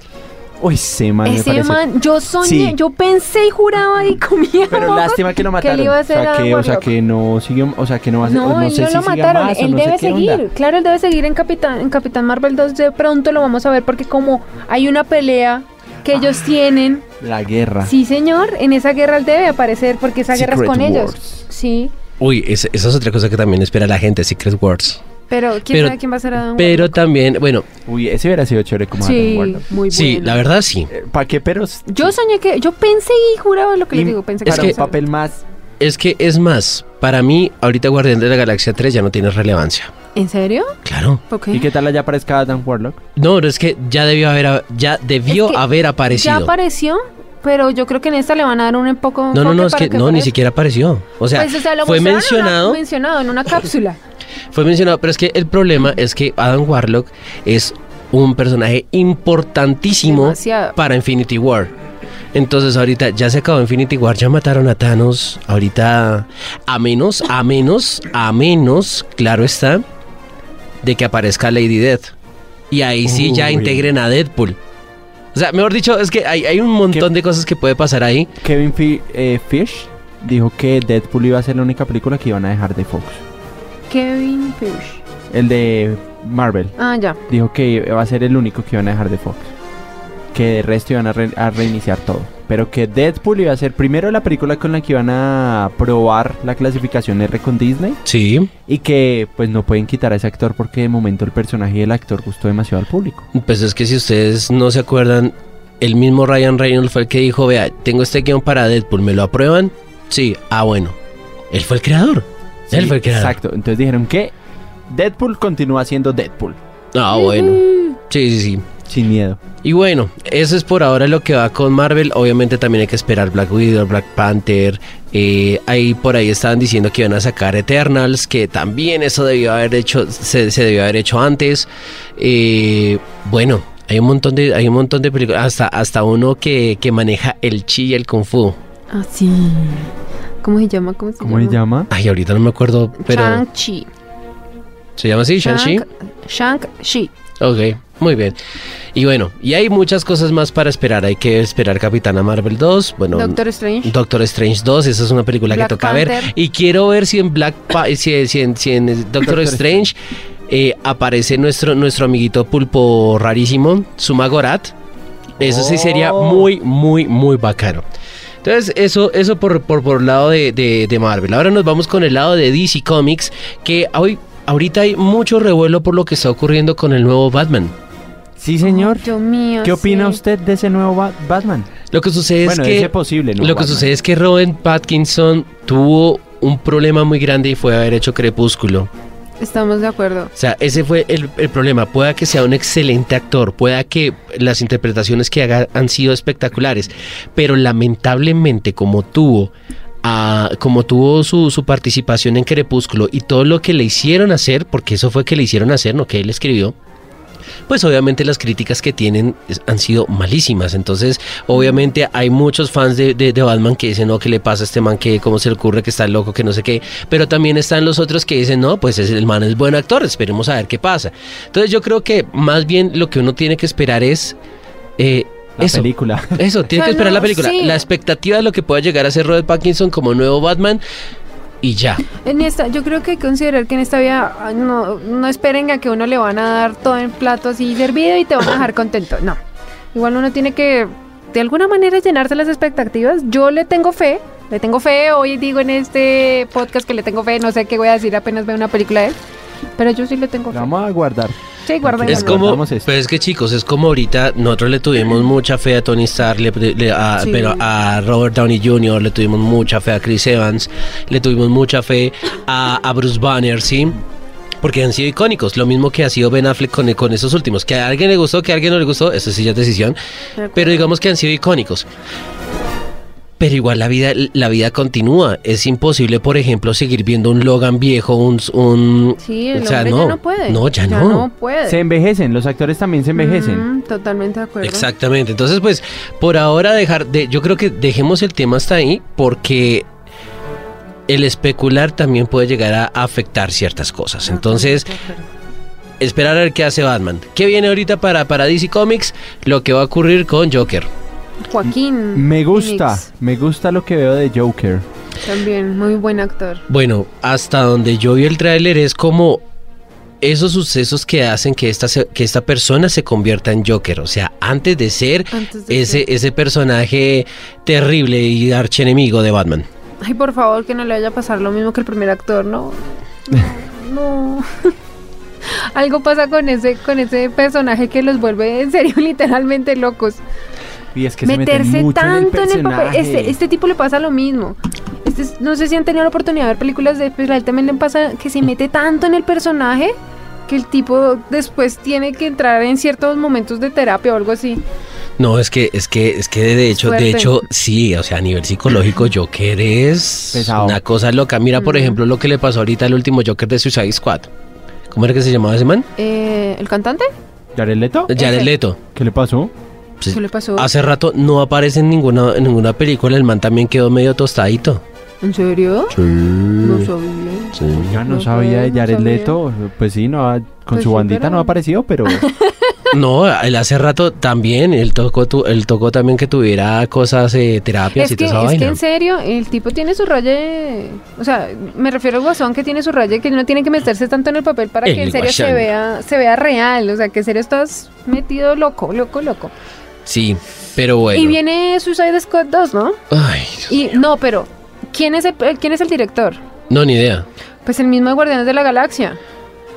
E: Uy, se man, me
F: Ese
E: parece.
F: man, yo soñé,
E: Sí.
F: yo pensé y juraba y comía.
E: Pero
F: *laughs* mocos
E: lástima que lo
F: que
E: mataron.
F: él iba a
E: o
F: ser
E: sea que,
F: Adam
E: o sea
F: Warlock.
E: que no siguió, o sea que no va a ser-
F: No,
E: no
F: él
E: sé
F: no
E: si
F: lo
E: siga
F: mataron.
E: más o
F: él
E: no sé
F: debe
E: qué
F: seguir.
E: onda.
F: Claro, él debe seguir en Capitán, en Capitán Marvel 2. De pronto lo vamos a ver porque como hay una pelea que
E: Ah.
F: ellos tienen.
E: La guerra.
F: Sí, señor. En esa guerra él debe aparecer porque esa guerra es
E: Secret
F: con ellos.
E: Wars.
F: Sí.
G: Uy, es- esa es otra cosa que también espera la gente, Secret Wars.
F: Pero quién
G: Pero-
F: sabe quién va a ser Adam
G: Pero también, bueno,
E: Uy, ese hubiera sido chévere como
F: Warlock?
E: Adam
F: Sí,
E: Warlock.
F: muy bueno.
G: sí, la verdad sí.
E: ¿Para qué peros?
F: Yo soñé que. Yo pensé y juraba lo que les
E: Y
F: digo. Pensé
E: para
G: es
F: que.
E: un
G: que-
F: iba a ser.
E: papel más.
G: Es que es más, para mí, ahorita Guardián de la Galaxia 3 ya no tiene relevancia.
F: ¿En serio?
G: Claro.
F: ¿Por qué?
E: ¿Y qué tal allá aparezca Adam Warlock?
G: No, no, es que ya debió haber, ya debió
F: Es que
G: haber
F: Ya
G: aparecido.
F: apareció, pero yo creo que en esta le van a dar un poco.
G: no, no,
F: enfoque
G: no, es
F: para
G: que, no, ni
F: aparezca.
G: siquiera apareció. O sea,
F: Pues, o sea, lo
G: fue
F: mostraron en una-
G: mencionado,
F: mencionado en una
G: *laughs*
F: cápsula.
G: fue mencionado, pero es que el problema es que Adam Warlock es un personaje importantísimo
F: Demasiado.
G: para Infinity War. Entonces ahorita ya se acabó Infinity War, ya mataron a Thanos. Ahorita a menos, a menos, a menos, claro está, de que aparezca Lady Death. Y ahí sí ya
E: Uy.
G: integren a Deadpool. O sea, mejor dicho, es que hay, hay un montón de cosas que puede pasar ahí.
E: Kevin Fi- eh, Fish dijo que Deadpool iba a ser la única película que iban a dejar de Fox.
F: Kevin Fish.
E: El de Marvel
F: Ah, ya.
E: dijo que va a ser el único que iban a dejar de Fox. Que de resto iban a, re- a reiniciar todo. Pero que Deadpool iba a ser primero la película con la que iban a probar la clasificación R con Disney.
G: Sí.
E: Y que pues no pueden quitar a ese actor porque de momento el personaje del actor gustó demasiado al público.
G: Pues es que si ustedes no se acuerdan, el mismo Ryan Reynolds fue el que dijo, vea, tengo este guión para Deadpool, ¿me lo aprueban? Sí, ah bueno. Él fue el creador. él
E: Sí,
G: fue el creador.
E: Exacto. Entonces dijeron que Deadpool continúa siendo Deadpool.
G: Ah, bueno. Sí, sí, sí.
E: Sin miedo.
G: Y bueno, eso es por ahora lo que va con Marvel. Obviamente también hay que esperar Black Widow, Black Panther. eh, ahí por ahí estaban diciendo que iban a sacar Eternals, que también eso debió haber hecho, se, se debió haber hecho antes. Eh, bueno, hay un montón de, hay un montón de películas, hasta, hasta uno que, que maneja el chi y el kung fu.
F: Ah, sí. ¿Cómo se llama? ¿Cómo se
E: ¿Cómo se
F: llama?
E: llama?
G: Ay, ahorita no me acuerdo, pero
F: Shang-Chi.
G: se llama así, Shang-Chi.
F: Shang- Shang-Chi.
G: Ok, muy bien. Y bueno, y hay muchas cosas más para esperar. Hay que esperar Capitana Marvel 2. Bueno,
F: Doctor Strange.
G: Doctor Strange 2, esa es una película
F: Black
G: que toca ver.
F: Panther.
G: Y quiero ver si en Black Pa- eh, si, si en, si en Doctor, Strange eh, aparece nuestro, nuestro amiguito pulpo rarísimo, Sumagorat. Eso sí sería
E: Oh.
G: muy, muy, muy bacano. Entonces, eso, eso por, por, por lado de, de- de Marvel. Ahora nos vamos con el lado de DC Comics, que hoy, ahorita hay mucho revuelo por lo que está ocurriendo con el nuevo Batman.
E: Sí, señor.
F: Dios mío.
E: ¿Qué opina
F: sí.
E: usted de ese nuevo Ba- Batman?
G: Lo que sucede
E: bueno,
G: es
E: de
G: que...
E: ese posible, ¿no?
G: Lo que
E: Batman.
G: sucede es que Robin Pattinson tuvo un problema muy grande y fue haber hecho Crepúsculo.
F: Estamos de acuerdo.
G: O sea, ese fue el, el problema. Pueda que sea un excelente actor, pueda que las interpretaciones que haga han sido espectaculares, pero lamentablemente como tuvo, ah, como tuvo su, su participación en Crepúsculo y todo lo que le hicieron hacer, porque eso fue que le hicieron hacer, no que él escribió, pues obviamente las críticas que tienen es- han sido malísimas. Entonces, obviamente hay muchos fans de, de- de Batman que dicen, no, ¿qué le pasa a este man? que ¿Cómo se le ocurre que está loco? Que no sé qué. Pero también están los otros que dicen, no, pues es- el man es buen actor, esperemos a ver qué pasa. Entonces yo creo que más bien lo que uno tiene que esperar es... eh,
E: La
G: eso,
E: película.
G: eso, tiene
F: O sea,
G: que esperar
F: no,
G: la película.
F: sí.
G: La expectativa de lo que pueda llegar a ser Robert Pattinson como nuevo Batman y ya.
F: En esta, yo creo que hay que considerar que en esta vida ah, no, no esperen a que uno le van a dar todo en plato así servido y te van a dejar contento. No. Igual uno tiene que de alguna manera llenarse las expectativas. Yo le tengo fe. Le tengo fe. Hoy digo en este podcast que le tengo fe. No sé qué voy a decir apenas veo una película de él. Pero yo sí le tengo fe.
E: Vamos a guardar.
F: Sí, guarden.
G: Es
E: Bueno,
G: como,
E: guardamos
F: este.
E: esto.
G: pero es que chicos, es como ahorita nosotros le tuvimos mucha fe a Tony Stark, le- le- a,
F: Sí.
G: pero a Robert Downey Jr., le tuvimos mucha fe a Chris Evans, le tuvimos mucha fe a, a Bruce Banner, ¿sí? Porque han sido icónicos, lo mismo que ha sido Ben Affleck con, con esos últimos. Que a alguien le gustó, que a alguien no le gustó, eso sí ya es decisión. Pero digamos que han sido icónicos. Pero igual la vida, la vida continúa. Es imposible, por ejemplo, seguir viendo un Logan viejo, un... un
F: Sí, el
G: o sea,
F: hombre
G: no,
F: ya no puede.
G: No, ya,
F: Ya no puede.
E: Se envejecen, los actores también se envejecen.
F: Pues. Mm, totalmente de acuerdo.
G: Exactamente. Entonces, pues, por ahora dejar de, yo creo que dejemos el tema hasta ahí porque el especular también puede llegar a afectar ciertas cosas. Entonces, esperar a ver qué hace Batman. ¿Qué viene ahorita para, para DC Comics? Lo que va a ocurrir con Joker.
F: Joaquín.
E: Me gusta,
F: Phoenix,
E: me gusta lo que veo de Joker.
F: también, muy buen actor.
G: Bueno, hasta donde yo vi el tráiler es como esos sucesos que hacen que esta, se- que esta persona se convierta en Joker. O sea, antes de ser
F: Antes de
G: ese,
F: ser-
G: ese personaje terrible y archienemigo de Batman.
F: Ay, por favor, que no le vaya a pasar lo mismo que el primer actor, ¿no? No. *laughs* no. Algo pasa con ese, con ese personaje que los vuelve en serio *laughs* literalmente locos.
E: Y es que se
F: Meterse
E: meten mucho
F: tanto en el, papel.
E: personaje.
F: Este, este tipo le pasa lo mismo. Este es- no sé si han tenido la oportunidad de ver películas de él, pero a él también le pasa que se mete tanto en el personaje que el tipo después tiene que entrar en ciertos momentos de terapia o algo así.
G: No, es que, es que, es que de hecho,
F: fuerte.
G: de hecho, sí, o sea, a nivel psicológico, Joker es
E: Pesado.
G: una cosa loca. Mira, por
F: Mm.
G: ejemplo, lo que le pasó ahorita al último Joker de Suicide Squad. ¿Cómo era que se llamaba ese man?
F: Eh, ¿El cantante?
E: ¿Jared Leto?
G: Jared Leto.
E: ¿Qué le pasó?
G: Sí.
F: ¿Qué le pasó?
G: Hace rato no aparece en ninguna, en ninguna película, el man también quedó medio tostadito.
F: ¿En serio? No sabía.
G: Sí.
E: Ya no
F: No
E: sabía de
F: sé, no
E: Jared
F: sabía.
E: Leto. Pues sí, no ha- con
F: Pues
E: su
F: sí,
E: bandita
F: pero-
E: no ha aparecido,
F: *laughs*
E: pero
G: No, él hace rato también, él tocó, tu- él tocó también que tuviera cosas, eh, terapias
F: Es
G: y toda
F: que,
G: esa
F: es que
G: vaina.
F: en serio, el tipo tiene su raya. de- O sea, me refiero al guasón que tiene su raya que no tiene que meterse tanto en el papel para
G: El
F: que en serio se
G: guasón.
F: vea, se vea real. O sea, que en serio estás metido loco, loco, loco.
G: Sí, pero bueno.
F: Y viene Suicide Squad 2, ¿no?
G: Ay,
F: Y no, pero ¿quién es el, eh, quién es el director?
G: no, ni idea.
F: Pues el mismo de Guardianes de la Galaxia.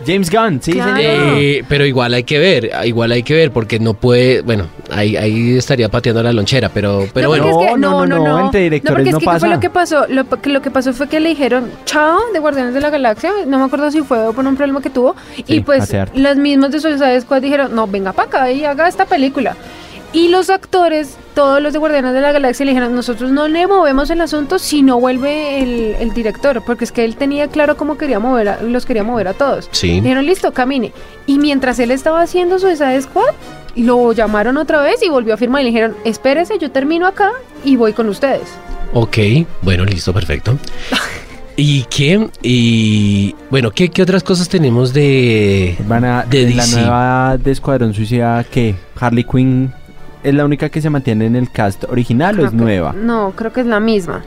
E: James Gunn, sí,
F: Claro.
E: señor.
G: Eh, pero igual hay que ver, ah, igual hay que ver, porque no puede, bueno, ahí, ahí estaría pateando la lonchera, pero, pero
F: No,
G: bueno,
F: porque
E: No, no, no, entre directores
F: porque es
E: no
F: que ¿qué fue
E: pasa.
F: lo que pasó? Lo, pa- que lo que pasó fue que le dijeron chao de Guardianes de la Galaxia, no me acuerdo si fue por un problema que tuvo,
E: Sí,
F: y pues
E: hace harto.
F: los mismos de Suicide Squad dijeron, no, venga para acá y haga esta película. Y los actores, todos los de Guardianes de la Galaxia, le dijeron, nosotros no le movemos el asunto si no vuelve el, el director, porque es que él tenía claro cómo quería mover a- los quería mover a todos.
G: sí.
F: Dijeron, listo, camine. Y mientras él estaba haciendo Suicide Squad, lo llamaron otra vez y volvió a firmar. Y le dijeron, espérese, yo termino acá y voy con ustedes.
G: Ok, bueno,
E: *laughs*
G: listo, perfecto. ¿Y qué? Y bueno, ¿qué, qué otras cosas tenemos de...
E: Van a
G: De
E: en la
G: DC.
E: nueva de Escuadrón Suicida que Harley Quinn es la única que se mantiene en el cast original o
F: Creo
E: es
F: que-
E: nueva.
F: No, creo que es la misma.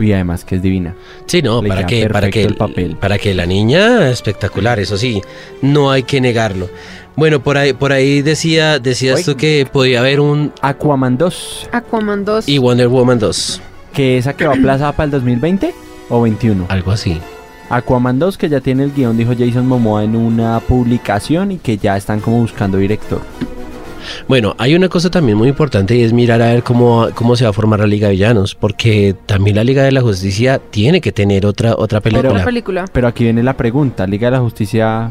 E: Y además que es divina.
G: Sí, no,
E: Le
G: para
E: queda
G: que, para,
E: perfecto
G: que,
E: el papel.
G: para que la niña, espectacular, eso sí, no hay que negarlo. Bueno, por ahí, por ahí decía, decías
E: Oye.
G: tú que podía haber un...
E: Aquaman 2,
F: Aquaman 2.
G: Y Wonder Woman 2,
E: que esa quedó aplazada para el 2020 o 21.
G: algo así.
E: Aquaman 2 que ya tiene el guión, dijo Jason Momoa en una publicación y que ya están como buscando director.
G: Bueno, hay una cosa también muy importante y es mirar a ver cómo, cómo se va a formar la Liga de Villanos, porque también la Liga de la Justicia tiene que tener otra, otra película.
F: Otra película.
E: Pero aquí viene la pregunta, Liga de la Justicia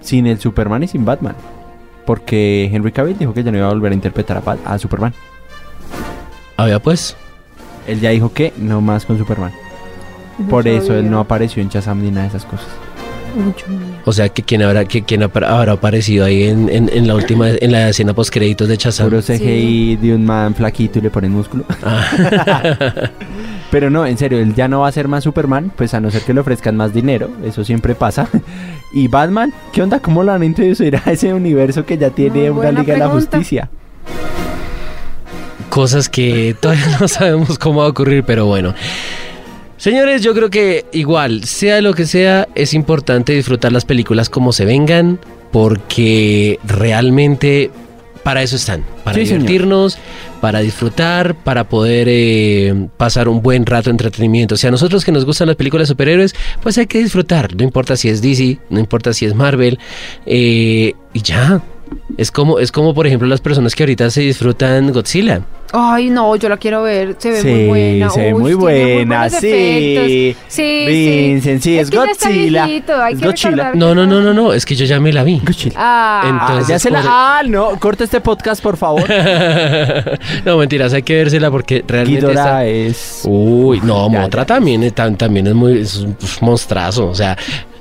E: sin el Superman y sin Batman. Porque Henry Cavill dijo que ya no iba a volver a interpretar a, Bat- a Superman.
G: A ver, pues.
E: Él ya dijo que no más con Superman.
F: No
E: Por eso él
F: sabía.
E: no apareció en Shazam ni nada de esas cosas.
F: Mucho miedo.
G: O sea, que quién habrá, que quién apar- habrá aparecido ahí en, en- en la última, en la escena post créditos de Chazam.
E: Puro CGI de un man flaquito y le ponen músculo.
F: Ah.
E: *laughs* Pero no, en serio, él ya no va a ser más Superman, pues a no ser que le ofrezcan más dinero, eso siempre pasa. *laughs* Y Batman, ¿qué onda? ¿Cómo lo van a introducir a ese universo que ya tiene
F: Muy
E: una
F: buena
E: Liga de la
F: pregunta.
E: Justicia? *laughs*
G: Cosas que todavía no sabemos cómo va a ocurrir, pero bueno. Señores, yo creo que igual, sea lo que sea, es importante disfrutar las películas como se vengan, porque realmente para eso están, para
E: Sí, señor.
G: divertirnos, para disfrutar, para poder eh, pasar un buen rato de entretenimiento. O sea, a nosotros que nos gustan las películas de superhéroes, pues hay que disfrutar, no importa si es DC, no importa si es Marvel, eh, y ya. Es como, es como, por ejemplo, las personas que ahorita se disfrutan Godzilla.
F: Ay, no, yo la quiero ver. Se ve muy
E: Sí,
F: buena.
E: se ve
F: Uy,
E: muy
F: tiene
E: buena,
F: buenos
E: sí.
F: efectos. Sí,
E: Vincent, sí, es
F: que ya está
E: Godzilla.
F: viejito, hay
E: Es
F: que
E: Godzilla.
F: recordar-
G: No, no, no, no, no, es que yo ya me la vi. *laughs*
F: Ah,
E: Ah,
G: Entonces,
E: ya se la-
G: por-
E: Ah, no, corta este podcast, por
F: *laughs*
E: favor.
G: no, mentiras, hay que vérsela porque realmente
E: Ghidorah
G: está-
E: es...
G: Uy, no,
E: Ya,
G: Motra
E: ya.
G: también, es tan- también es muy es un pues, monstruazo, o sea,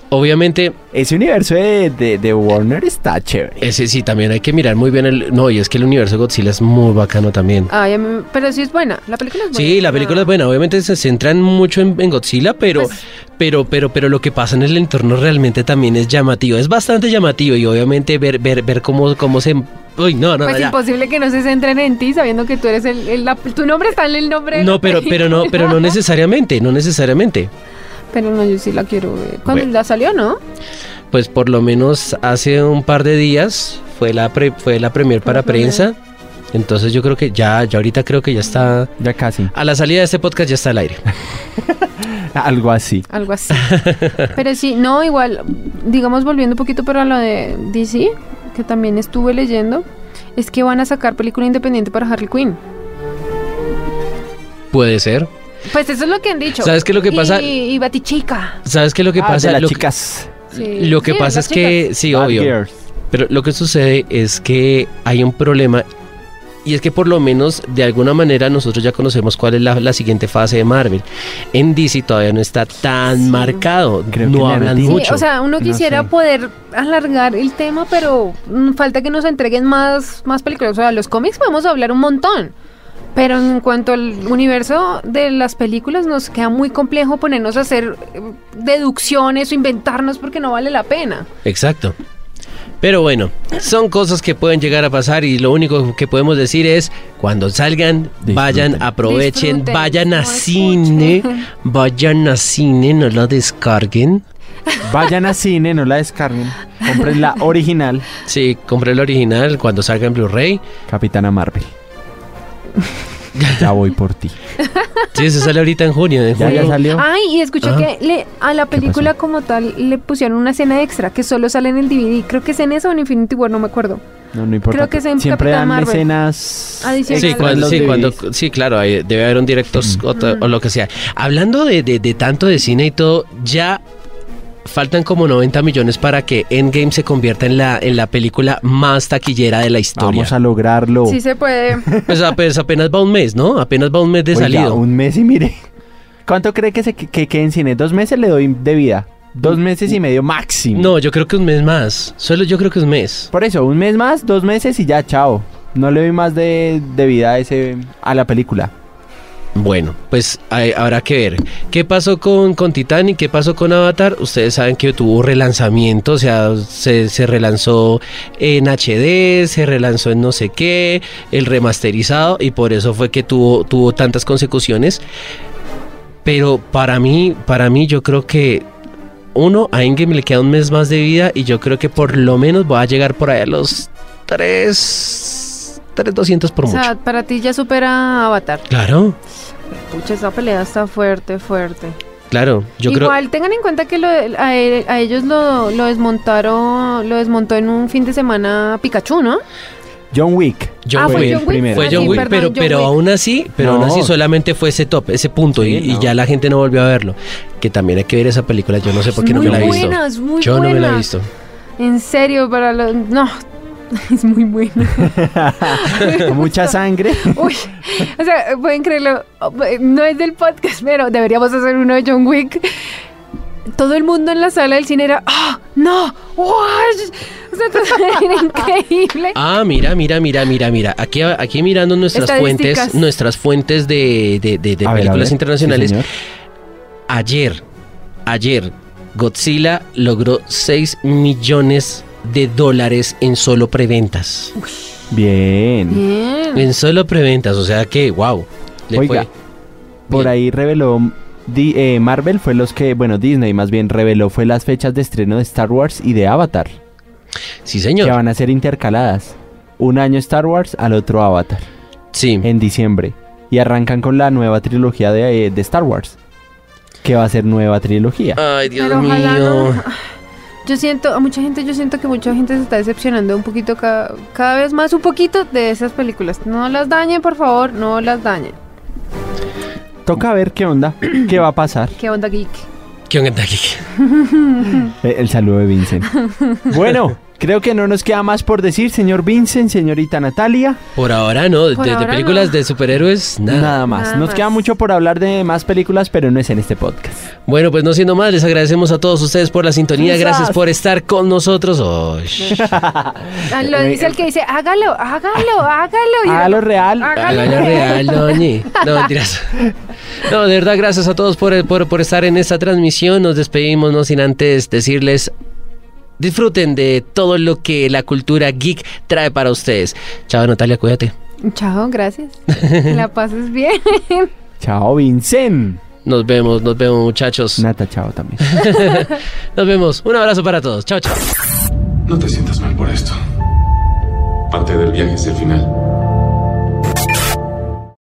G: obviamente
E: Ese universo de, de- de Warner está chévere.
G: ese sí también hay que mirar muy bien el no, y es que el universo de Godzilla es muy bacano también.
F: Ay, a mí- pero sí es buena. La película es buena.
G: Sí, la película es buena, obviamente se centran mucho en, en Godzilla, pero,
F: Pues-
G: pero, pero, pero lo que pasa en el entorno realmente también es llamativo, es bastante llamativo y obviamente ver, ver, ver cómo, cómo se, uy, no, no,
F: Pues
G: no, ya.
F: imposible que no se centren en ti sabiendo que tú eres el. el- la- tu nombre está en el nombre. de la
G: no, pero, pero no, pero no
F: *laughs* película.
G: necesariamente, no necesariamente.
F: Pero no, yo sí la quiero ver. Cuando
G: Bueno.
F: la salió, ¿no?
G: pues por lo menos hace un par de días fue la pre- fue la premier para
F: Fue la
G: prensa. Entonces yo creo que ya, ya ahorita creo que ya está.
E: Ya casi.
G: A la salida de este podcast ya está al aire.
E: Algo así.
G: *laughs*
F: Algo así. Pero sí, no, igual, digamos, volviendo un poquito para lo de DC, que también estuve leyendo, es que van a sacar película independiente para Harley Quinn.
G: Puede ser.
F: Pues eso es lo que han dicho.
G: ¿Sabes qué es lo que pasa?
F: Y, y Batichica.
G: ¿Sabes qué es lo que
E: Ah,
G: pasa?
E: de las
G: lo, que-
E: chicas.
F: Sí.
G: lo que
F: Sí,
G: pasa
F: las
G: es que,
F: chicas.
G: sí,
E: Bad
G: obvio.
E: Girls.
G: Pero lo que sucede es que hay un problema y es que por lo menos de alguna manera nosotros ya conocemos cuál es la, la siguiente fase de Marvel. En DC todavía no está tan
F: Sí.
G: marcado.
E: Creo que
G: no
E: le
G: hablan
E: metí-
F: Sí,
G: mucho.
F: o sea, uno
E: No
F: quisiera
E: sé.
F: poder alargar el tema, pero mm, falta que nos entreguen más, más películas. O sea, los cómics podemos hablar un montón. Pero en cuanto al universo de las películas, nos queda muy complejo ponernos a hacer eh, deducciones o inventarnos porque no vale la pena.
G: Exacto. Pero bueno, son cosas que pueden llegar a pasar y lo único que podemos decir es, cuando salgan,
E: Disfruten.
G: vayan, aprovechen,
F: Disfruten,
G: vayan a
F: no
G: cine,
F: escuchen.
G: vayan a cine, no la descarguen.
E: Vayan a cine, no la descarguen. Compren la original
G: Sí, compré el original cuando salga en Blu-ray.
E: Capitana Marvel. Ya voy por ti.
G: Sí, se sale ahorita en junio. En
E: Ya,
G: junio.
E: ya salió.
F: Ay, y escuché
G: Ah.
F: que le, a la película como tal le pusieron una escena extra que solo sale en el DVD. Creo que es en eso o en Infinity War, no me acuerdo.
E: No, no importa.
F: Creo que es en
E: Siempre dan
F: Capitán Marvel.
E: escenas.
F: Adicionales.
G: Sí,
E: extras en
G: cuando,
E: los
G: sí,
E: DVDs.
G: cuando- sí, claro, hay- debe haber un directo o, to- o lo que sea. Hablando de, de- de tanto de cine y todo, ya faltan como 90 millones para que Endgame se convierta en la, en la película más taquillera de la historia.
E: Vamos a lograrlo.
F: Sí
E: *laughs*
F: se puede.
G: Pues, a- pues apenas va un mes, ¿no? Apenas va un mes de
E: Oiga,
G: salido.
E: Un mes y mire. ¿Cuánto cree que se que, que quede en cine? Dos meses le doy de vida. Dos meses y medio máximo.
G: No, yo creo que un mes más. Solo yo creo que un mes.
E: Por eso, un mes más, dos meses y ya, chao. No le doy más de, de vida a ese a la película.
G: Bueno, pues hay- habrá que ver. ¿Qué pasó con, con Titanic? ¿Qué pasó con Avatar? Ustedes saben que tuvo relanzamiento, o sea, se, se relanzó en HD, se relanzó en no sé qué, el remasterizado, y por eso fue que tuvo, tuvo tantas consecuciones. Pero para mí, para mí yo creo que uno, a Endgame le queda un mes más de vida y yo creo que por lo menos va a llegar por ahí a los 3, 3,200 por
F: o
G: mucho.
F: sea, para ti ya supera Avatar.
G: claro,
F: Pucha, esa pelea está fuerte, fuerte.
G: claro. Yo creo...
F: Igual tengan en cuenta que lo- a, e- a ellos lo, lo desmontaron, lo desmontó en un fin de semana Pikachu, ¿no?
E: John Wick.
G: John
F: ah,
E: fue
G: Wick.
E: el primero.
G: Fue
E: Ah,
G: John
E: sí,
G: Wick,
F: perdón,
G: pero,
F: John
G: pero
F: Wick.
G: aún así, pero
E: No.
G: aún así solamente fue ese top, ese punto, y,
E: Sí,
G: y
E: no.
G: ya la gente no volvió a verlo. Que también hay que ver esa película, yo no sé por qué no
F: muy
G: me la he visto.
F: buena, es muy
G: Yo
F: buena.
G: no me la he visto.
F: En serio, para los... No, *laughs* es muy buena.
E: Con mucha sangre.
F: Uy, o sea, pueden creerlo, no es del podcast, pero deberíamos hacer uno de John Wick. todo el mundo en la sala del cine era, ¡ah! ¡No! ¡Wash! O sea, *laughs* todo era increíble.
G: Ah, mira, mira, mira, mira, mira. Aquí, aquí mirando nuestras
F: Estadísticas.
G: fuentes, nuestras fuentes de, de- de- de
E: A ver, a
G: películas
E: ver.
G: internacionales.
E: Sí, señor.
G: ayer, ayer, Godzilla logró 6 millones de dólares en solo preventas. Mm,
E: Bien.
F: Bien.
G: En solo preventas, o sea que, wow. le
E: Oiga,
G: fue
E: por
G: bien.
E: ahí reveló Di- eh, Marvel fue los que, bueno, Disney más bien reveló fue las fechas de estreno de Star Wars y de Avatar,
G: Sí,
E: que
G: señor.
E: van a ser intercaladas. Un año Star Wars al otro Avatar,
G: Sí.
E: en diciembre. Y arrancan con la nueva trilogía de, eh, de Star Wars, que va a ser nueva trilogía.
G: Ay, Dios
F: Pero ojalá
G: mío.
F: no. Yo siento, a mucha gente, yo siento que mucha gente se está decepcionando un poquito ca- cada, vez más, un poquito de esas películas. No las dañen, por favor, no las dañen.
E: Toca ver qué onda, *clears throat* qué va a pasar.
F: ¿Qué onda, geek?
G: ¿Qué onda aquí?
E: Eh, El saludo de Vincent. Bueno, creo que no nos queda más por decir, señor Vincent, señorita Natalia.
G: Por ahora no, de,
F: Por
G: de
F: ahora
G: películas
F: no.
G: de superhéroes, nada.
E: Nada, más.
F: Nada
E: nos
F: más.
E: queda mucho por hablar de más películas, pero no es en este podcast.
G: Bueno, pues no siendo más, les agradecemos a todos ustedes por la sintonía.
E: Quizás.
G: Gracias por estar con nosotros. Osh.
F: Ah, Lo dice el que dice, hágalo, hágalo, hágalo. Y
E: eh, A lo
F: era-
E: real.
G: A
F: Hágalo.
G: la real, Doñi. No, mentiras. No, de verdad, gracias a todos por, por, por estar en esta transmisión. Nos despedimos, no sin antes decirles. Disfruten de todo lo que la cultura geek trae para ustedes. Chao, Natalia, cuídate.
F: Chao, gracias. Que la pases bien.
E: Chao, Vincent.
G: Nos vemos, nos vemos, muchachos.
E: Nata, chao también.
G: Nos vemos. Un abrazo para todos. Chao, chao.
B: No te sientas mal por esto. Parte del viaje es el final.